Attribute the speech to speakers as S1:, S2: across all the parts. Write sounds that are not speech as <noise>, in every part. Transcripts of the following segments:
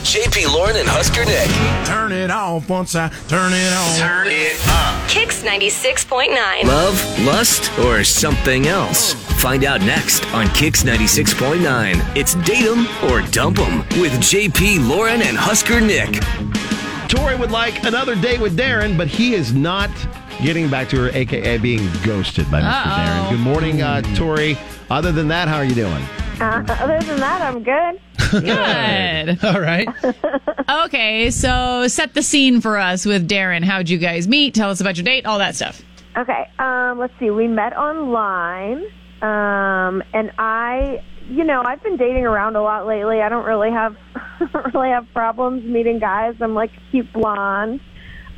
S1: JP Lauren and Husker Nick.
S2: Turn it off once I turn it on.
S1: Turn it up.
S3: Kicks 96.9.
S1: Love, lust, or something else? Find out next on Kix 96.9. It's Date 'em or Dump 'em with JP Lauren and Husker Nick.
S4: Tori would like another date with Darren, but he is not getting back to her, aka being ghosted by mister Darren. Good morning, uh, Tori. Other than that, how are you doing?
S5: Uh, other than that, I'm good.
S6: Good.
S7: <laughs> All right.
S6: Okay, so set the scene for us with Darren. How'd you guys meet? Tell us about your date, all that stuff.
S5: Okay, um, let's see. We met online, um, and I, you know, I've been dating around a lot lately. I don't really have, <laughs> I don't really have problems meeting guys. I'm like a cute blonde.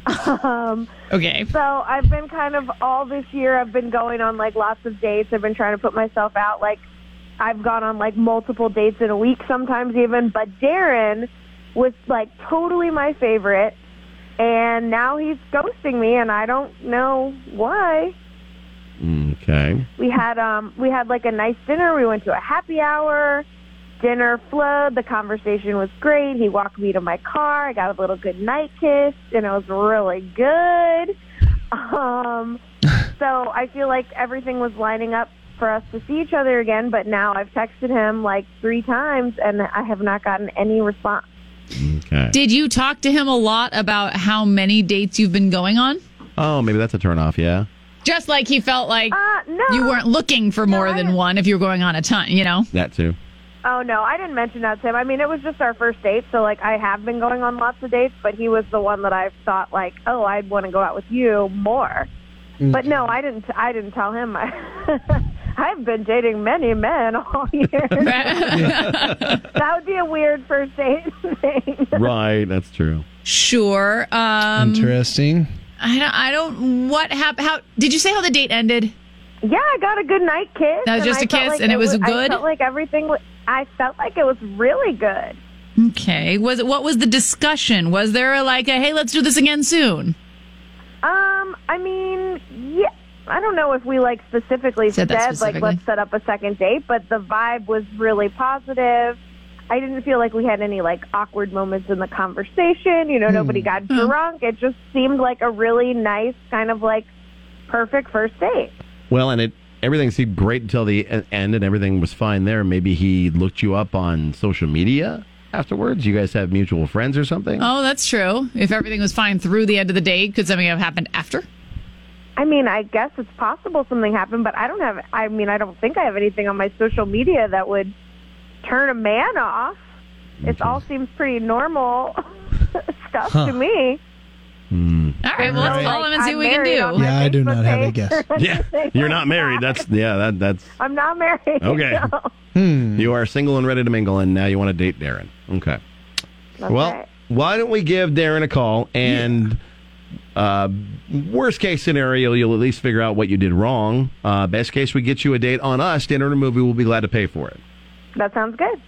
S5: <laughs> Um,
S6: Okay.
S5: so I've been kind of all this year. I've been going on like lots of dates. I've been trying to put myself out. Like I've gone on like multiple dates in a week, sometimes even. But Darren was like totally my favorite, and now he's ghosting me, and I don't know why.
S4: Okay.
S5: We had um we had like a nice dinner. We went to a happy hour. Dinner flowed. The conversation was great. He walked me to my car. I got a little good night kiss, and it was really good. <laughs> Um, so I feel like everything was lining up for us to see each other again. But now I've texted him like three times, and I have not gotten any response.
S4: Okay.
S6: Did you talk to him a lot about how many dates you've been going on?
S4: Oh, maybe that's a turnoff. Yeah.
S6: Just like he felt like
S5: Uh, no.
S6: you weren't looking for more
S5: I
S6: than
S5: didn't-
S6: one if you were going on a ton,
S5: <laughs>
S6: you know?
S4: That too.
S5: Oh no, I didn't mention that to him. I mean, it was just our first date, so like I have been going on lots of dates, but he was the one that I thought like, oh, I'd want to go out with you more. But no, I didn't. I didn't tell him. <laughs> I, I've been dating many men all <laughs> year. that would be a weird first date thing. <laughs>
S4: Right. That's true.
S6: Sure. Um,
S7: Interesting.
S6: I don't, I don't, what happened? How, did you say how the date ended?
S5: Yeah, I got a good night kiss.
S6: That was
S5: and
S6: just
S5: I
S6: a
S5: felt
S6: kiss, and it was
S5: wa- I
S6: good?
S5: felt like everything. wa- I felt like it was really good.
S6: Okay. Was it, what was the discussion? Was there like a, hey, let's do this again soon?
S5: Um, I mean, yeah, I don't know if we like specifically said,
S6: Said that
S5: like
S6: specifically.
S5: let's set up a second date, but the vibe was really positive. I didn't feel like we had any like awkward moments in the conversation. You know,
S6: Hmm.
S5: nobody got drunk. It just seemed like a really nice kind of like perfect first date.
S4: Well, and it everything seemed great until the e- end, and everything was fine there. Maybe he looked you up on social media afterwards. You guys have mutual friends or something.
S6: Oh, that's true. If everything was fine through the end of the day, could something have happened after?
S5: I mean, I guess it's possible something happened, but I don't have. I mean, I don't think I have anything on my social media that would turn a man off. It all seems pretty normal <laughs> stuff to me.
S6: All right, well, let's
S7: Right.
S6: call him and see
S5: I'm
S6: what we can
S5: married
S6: do.
S5: on my
S7: Yeah, I do
S5: Facebook
S7: not have a
S5: page <laughs>
S7: guess.
S5: or
S4: <laughs> Yeah,
S5: anything
S4: you're
S5: like
S4: not married.
S5: that.
S4: That's yeah. That that's
S5: I'm not married.
S4: Okay.
S5: <laughs> No,
S4: You are single and ready to mingle, and now you want to date Darren. Okay.
S5: that's
S4: well,
S5: right.
S4: why don't we give Darren a call and. Uh, worst case scenario, you'll at least figure out what you did wrong. Uh, best case, we get you a date on us. Dinner and a movie, we'll be glad to pay for it.
S5: that sounds good.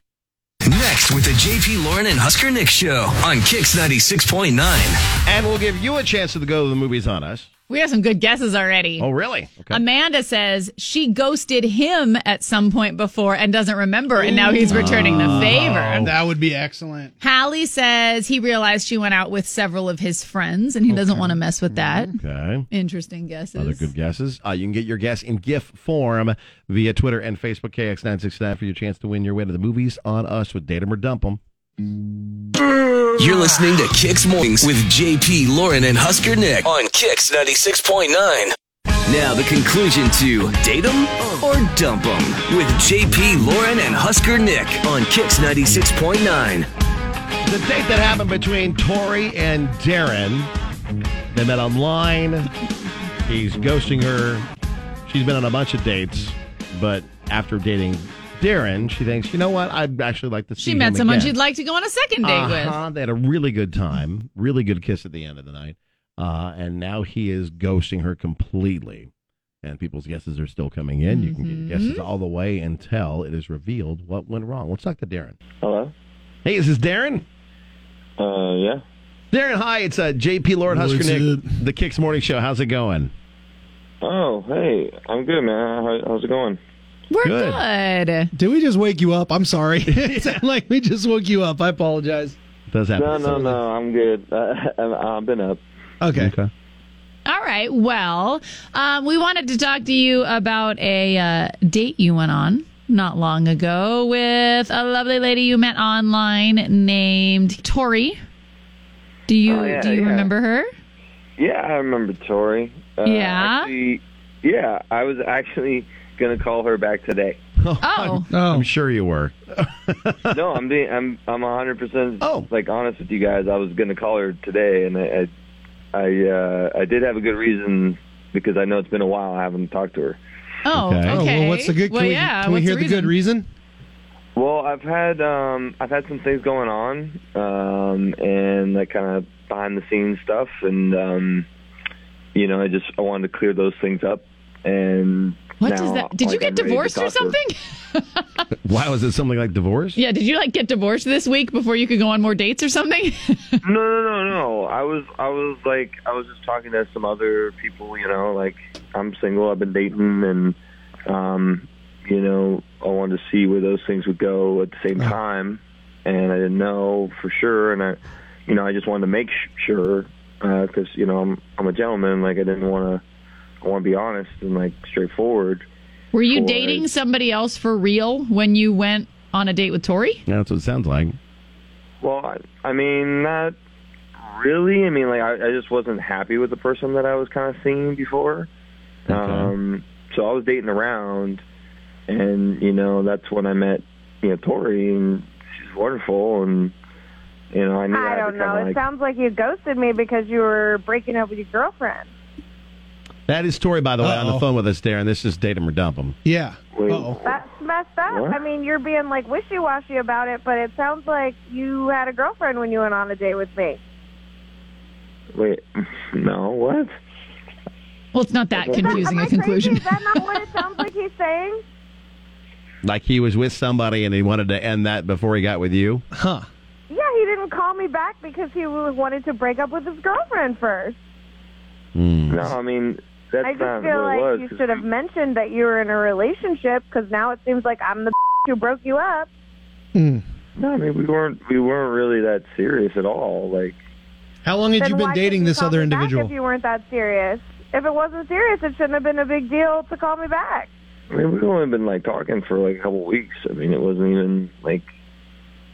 S1: Next with the JP Lauren and Husker Nick show on Kix 96.9.
S4: And we'll give you a chance to go to the movies on us.
S6: We have some good guesses already.
S4: Oh, really? Okay.
S6: Amanda says she ghosted him at some point before and doesn't remember, and now he's returning the favor.
S7: That would be excellent.
S6: Hallie says he realized she went out with several of his friends and he doesn't want to mess with that.
S4: okay.
S6: Interesting guesses.
S4: Other Mm-hmm. good guesses. Uh, you can get your guess in GIF form via Twitter and Facebook, KX969, for your chance to win your way to the movies on us with Date 'em or Dump 'em.
S1: You're listening to Kix Mornings with JP Lauren and Husker Nick on Kix 96.9. Now the conclusion to Date 'em or Dump 'em with JP Lauren and Husker Nick on Kix 96.9.
S4: The date that happened between Tori and Darren. They met online. He's ghosting her. She's been on a bunch of dates, but after dating Darren, she thinks, you know what? I'd actually like to see.
S6: She
S4: him
S6: met someone
S4: again."
S6: she'd like to go on a second date with.
S4: Uh-huh. They had a really good time, really good kiss at the end of the night, uh, and now he is ghosting her completely. And people's guesses are still coming in. You can get your
S6: Mm-hmm.
S4: guesses all the way until it is revealed what went wrong. Let's talk to Darren.
S8: Hello.
S4: Hey, is this Darren?
S8: Uh, yeah.
S4: Darren, hi. It's uh, JP Lord
S7: What's
S4: Husker Nick,
S7: up?
S4: the Kicks Morning Show. How's it going?
S8: Oh, hey. I'm good, man. How, how's it going?
S6: We're
S4: Good.
S6: good.
S7: <laughs> Did we just wake you up? I'm sorry. it sounded like we just woke you up. I apologize.
S4: does happen.
S8: No, no, no. I'm good. <laughs> I, I've been up.
S4: Okay.
S6: All right. Well, um, we wanted to talk to you about a uh, date you went on not long ago with a lovely lady you met online named Tori. Do you
S8: Oh, yeah,
S6: do you
S8: yeah.
S6: remember her?
S8: Yeah, I remember Tori. Uh,
S6: Yeah?
S8: actually- yeah, I was actually gonna call her back <laughs> today.
S6: Oh,
S4: I'm sure you were.
S8: no, I'm being, I'm I'm 100 percent
S4: Oh.
S8: like honest with you guys. I was gonna call her today, and I I I, uh, I did have a good reason because I know it's been a while. I haven't talked to her.
S6: oh, okay.
S4: Oh,
S7: Oh, well, what's the good? Can
S6: Well,
S7: we,
S6: yeah,
S7: can we
S6: what's
S7: hear the good reason?
S8: Well, I've had um, I've had some things going on, um, and that kind of behind the scenes stuff, and um, you know, I just I wanted to clear those things up. And
S6: What
S8: now,
S6: does that? Did you
S8: like,
S6: get
S8: I'm ready to
S6: divorced or
S8: talk to her.
S6: something? <laughs>
S4: Why was it something like divorce?
S6: Yeah, did you like get divorced this week before you could go on more dates or something? <laughs>
S8: No, no, no, no. I was, I was like, I was just talking to some other people. You know, like I'm single. I've been dating, and um, you know, I wanted to see where those things would go at the same time, and I didn't know for sure. And I, you know, I just wanted to make sh- sure because you know I'm, I'm a gentleman. Like I didn't want to, I want to be honest and like straightforward.
S6: Were you
S8: Or-
S6: dating somebody else for real when you went on a date with Tori?
S4: Yeah, that's what it sounds like.
S8: Well, I, I mean, not really. I mean, like, I, I just wasn't happy with the person that I was kind of seeing before. Um, so I was dating around, and you know, that's when I met, you know, Tori, and she's wonderful, and you know, I knew I,
S5: I
S8: had
S5: don't
S8: to
S5: know.
S8: kind
S5: It
S8: of like,
S5: sounds like you ghosted me because you were breaking up with your girlfriend.
S4: That is Tori, by the way, on the
S7: Uh-oh.
S4: phone with us there, and this is Date 'em or Dump 'em.
S7: Yeah.
S8: Wait.
S7: Uh-oh.
S5: That's messed up.
S8: What?
S5: I mean, you're being like wishy washy about it, but it sounds like you had a girlfriend when you went on a date with me.
S8: wait, <laughs> no, what?
S6: Well, it's not that
S5: Is that-
S6: confusing
S5: am I
S6: a conclusion.
S5: Crazy? Is that not what it sounds like he's saying?
S4: Like he was with somebody and he wanted to end that before he got with you.
S7: Huh.
S5: Yeah, he didn't call me back because he wanted to break up with his girlfriend first.
S8: No, I mean, that's
S5: I just
S8: not
S5: feel
S8: what it
S5: like
S8: was.
S5: you
S8: 'cause
S5: should have mentioned that you were in a relationship because now it seems like I'm the <laughs> who broke you up.
S8: No, I mean, we weren't, we weren't really that serious at all. Like,
S7: How long had
S5: Then
S7: you
S5: why
S7: been
S5: couldn't
S7: dating
S5: you
S7: this
S5: call
S7: other
S5: me back
S7: individual?
S5: If you weren't that serious, if it wasn't serious, it shouldn't have been a big deal to call me back.
S8: I mean, we've only been like talking for like a couple weeks. I mean, it wasn't even like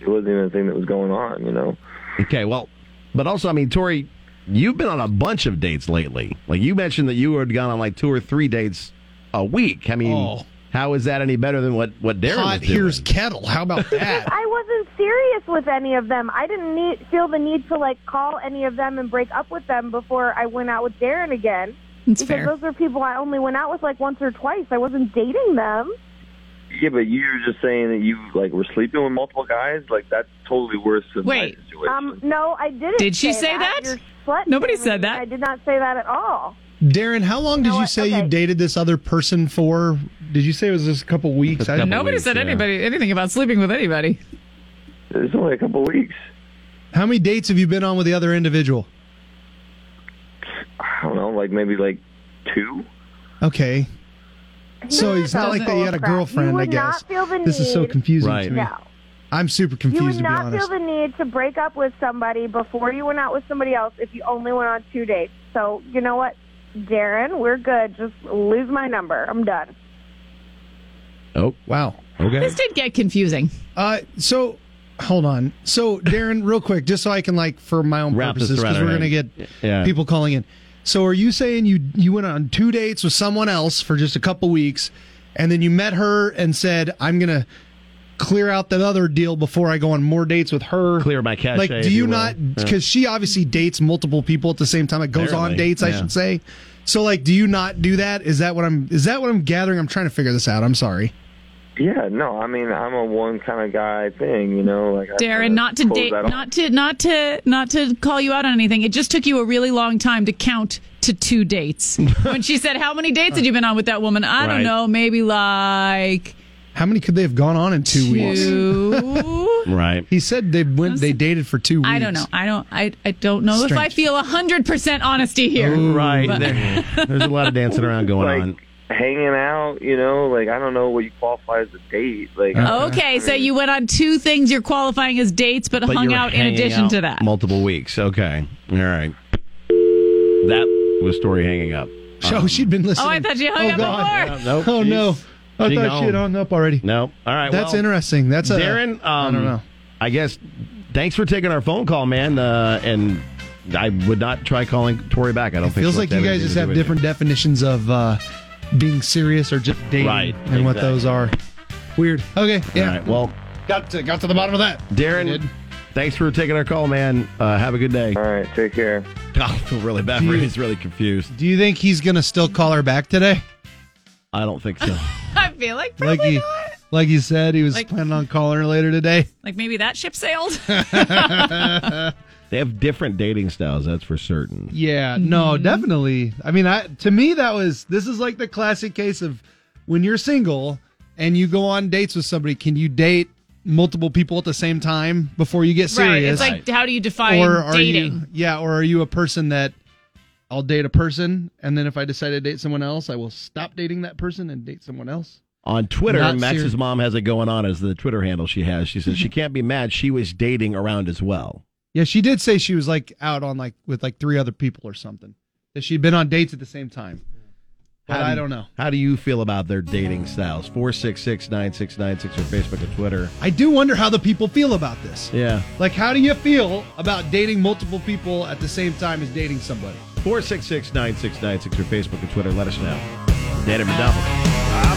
S8: it wasn't even a thing that was going on, you know.
S4: Okay, well, but also, I mean, Tori, you've been on a bunch of dates lately. Like you mentioned that you had gone on like two or three dates a week. I mean,
S7: Oh.
S4: how is that any better than what what Darren
S7: Hot
S4: was doing?
S7: here's kettle.
S4: <laughs>
S7: How about that?
S5: I wasn't serious with any of them. I didn't need, feel the need to like call any of them and break up with them before I went out with Darren again.
S6: <laughs> It's
S5: Because
S6: fair.
S5: those were people I only went out with like once or twice. I wasn't dating them.
S8: Yeah, but you were just saying that you like were sleeping with multiple guys. Like that's totally worse than
S6: Wait.
S8: my situation.
S5: Um, no, I didn't.
S6: Did she say that?
S5: You're slut
S6: Nobody
S5: shaming
S6: said
S5: me.
S6: that.
S5: I did not say that at all.
S7: Darren, how long did
S5: know
S7: you
S5: what?
S7: say
S5: Okay.
S7: you dated this other person for? Did you say it was just a couple weeks? I
S4: couple-
S7: didn't-
S6: Nobody said
S4: Yeah.
S6: anybody anything about sleeping with anybody.
S8: it's only a couple weeks.
S7: How many dates have you been on with the other individual?
S8: I don't know, like maybe like two.
S7: Okay. So
S5: You're
S7: it's not like
S5: full
S7: that you
S5: of
S7: had a
S5: crap.
S7: girlfriend,
S5: You
S7: I
S5: would not
S7: guess.
S5: feel the
S7: This is so
S5: need.
S7: confusing
S4: Right.
S7: to me.
S5: No.
S7: I'm super
S5: You
S7: confused,
S5: would
S7: to be
S5: not feel
S7: honest.
S5: the need to break up with somebody before you went out with somebody else if you only went on two dates. So, you know what? Darren, we're good. Just lose my number. I'm done.
S4: Oh,
S7: wow.
S4: okay.
S6: This did get confusing.
S7: Uh, so hold on. So Darren, real quick, just so I can like for my own
S4: Wrap this
S7: purposes,
S4: around
S7: because
S4: our
S7: we're gonna get
S4: head. Yeah.
S7: people calling in. So are you saying you you went on two dates with someone else for just a couple weeks, and then you met her and said, "I'm gonna clear out that other deal before I go on more dates with her."
S4: Clear my cache,
S7: Like,
S4: if
S7: do
S4: you
S7: you
S4: will.
S7: not?
S4: Yeah.
S7: Because she obviously dates multiple people at the same time. It goes on
S4: Apparently,
S7: dates, I
S4: yeah.
S7: should say. So like, do you not do that? Is that what I'm? Is that what I'm gathering? I'm trying to figure this out. I'm sorry.
S8: Yeah, no, I mean I'm a one kind of guy thing, you know. Like I
S6: Darren,
S8: kinda
S6: not to
S8: close
S6: date,
S8: that off.
S6: not to, not to, not to call you out on anything. It just took you a really long time to count to two dates. when she said, "How many dates had you been on with that woman?" I
S4: Right.
S6: don't know, maybe like
S7: How many could they have gone on in two, weeks?
S4: <laughs>
S6: two.
S4: Right.
S7: He said they went. They dated for two weeks.
S6: I don't know. I don't. I, I don't know if I
S7: Strange.
S6: feel hundred percent honesty here.
S4: <laughs> Right. There- there's a lot of dancing around going
S8: Like,
S4: on.
S8: hanging out, you know, like I don't know what you qualify as a date. Like
S6: Okay, so you went on two things you're qualifying as dates, but,
S4: But you
S6: hung
S4: were
S6: out in
S4: hanging
S6: addition
S4: out
S6: to that.
S4: Multiple weeks. Okay. All right. That was Tori hanging up.
S7: <laughs>
S4: Uh-huh.
S7: Oh, she'd been listening.
S6: Oh, I thought you hung
S7: Oh,
S6: up
S7: God.
S6: before.
S4: nope,
S7: Oh, no.
S4: she's-
S7: I
S4: she
S7: thought
S4: gone.
S7: she had hung up already.
S4: No. All right.
S7: That's
S4: well,
S7: interesting. That's a
S4: Darren, um,
S7: I don't know.
S4: I guess thanks for taking our phone call, man. Uh, and I would not try calling Tori back. I don't think
S7: Feels
S4: she'll
S7: like you
S4: have
S7: guys
S4: anything
S7: just
S4: to do
S7: have
S4: with it.
S7: different definitions of uh, being serious or just dating
S4: Right,
S7: and what
S4: exactly.
S7: those are. Weird. Okay.
S4: All
S7: Yeah.
S4: right. Well,
S7: Got to got to the bottom of that. We
S4: Darren,
S7: did.
S4: thanks for taking our call, man. Uh, have a good
S7: <laughs>
S4: day.
S8: All right, take care.
S4: I feel really bad for him. He's really confused.
S7: Do you think he's gonna still call her back today?
S4: I don't think so.
S6: I feel like probably
S7: Like he,
S6: not.
S7: like he said, he was
S6: Like-
S7: planning on calling her later today.
S6: Like maybe that ship sailed.
S4: they have different dating styles, that's for certain.
S7: Yeah, no, definitely. I mean, I to me that was this is like the classic case of when you're single and you go on dates with somebody, can you date multiple people at the same time before you get
S6: right. It's
S7: serious?
S6: like how do you define
S7: or are
S6: dating?
S7: you Yeah, or are you a person that I'll date a person and then if I decide to date someone else, I will stop dating that person and date someone else?
S4: On Twitter,
S7: Not
S4: Max's
S7: serious.
S4: mom has it going on as the Twitter handle she has. She
S7: <laughs>
S4: says she can't be mad. She was dating around as well.
S7: Yeah, she did say she was like out on like with like three other people or something. That she'd been on dates at the same time. But
S4: How do
S7: I
S4: you-
S7: don't know.
S4: How do you feel about their dating styles? 466 9696 or Facebook or Twitter.
S7: I do wonder how the people feel about this.
S4: Yeah.
S7: Like, how do you feel about dating multiple people at the same time as dating somebody?
S4: 466 9696 or Facebook or Twitter. Let us know. Dan and McDonald.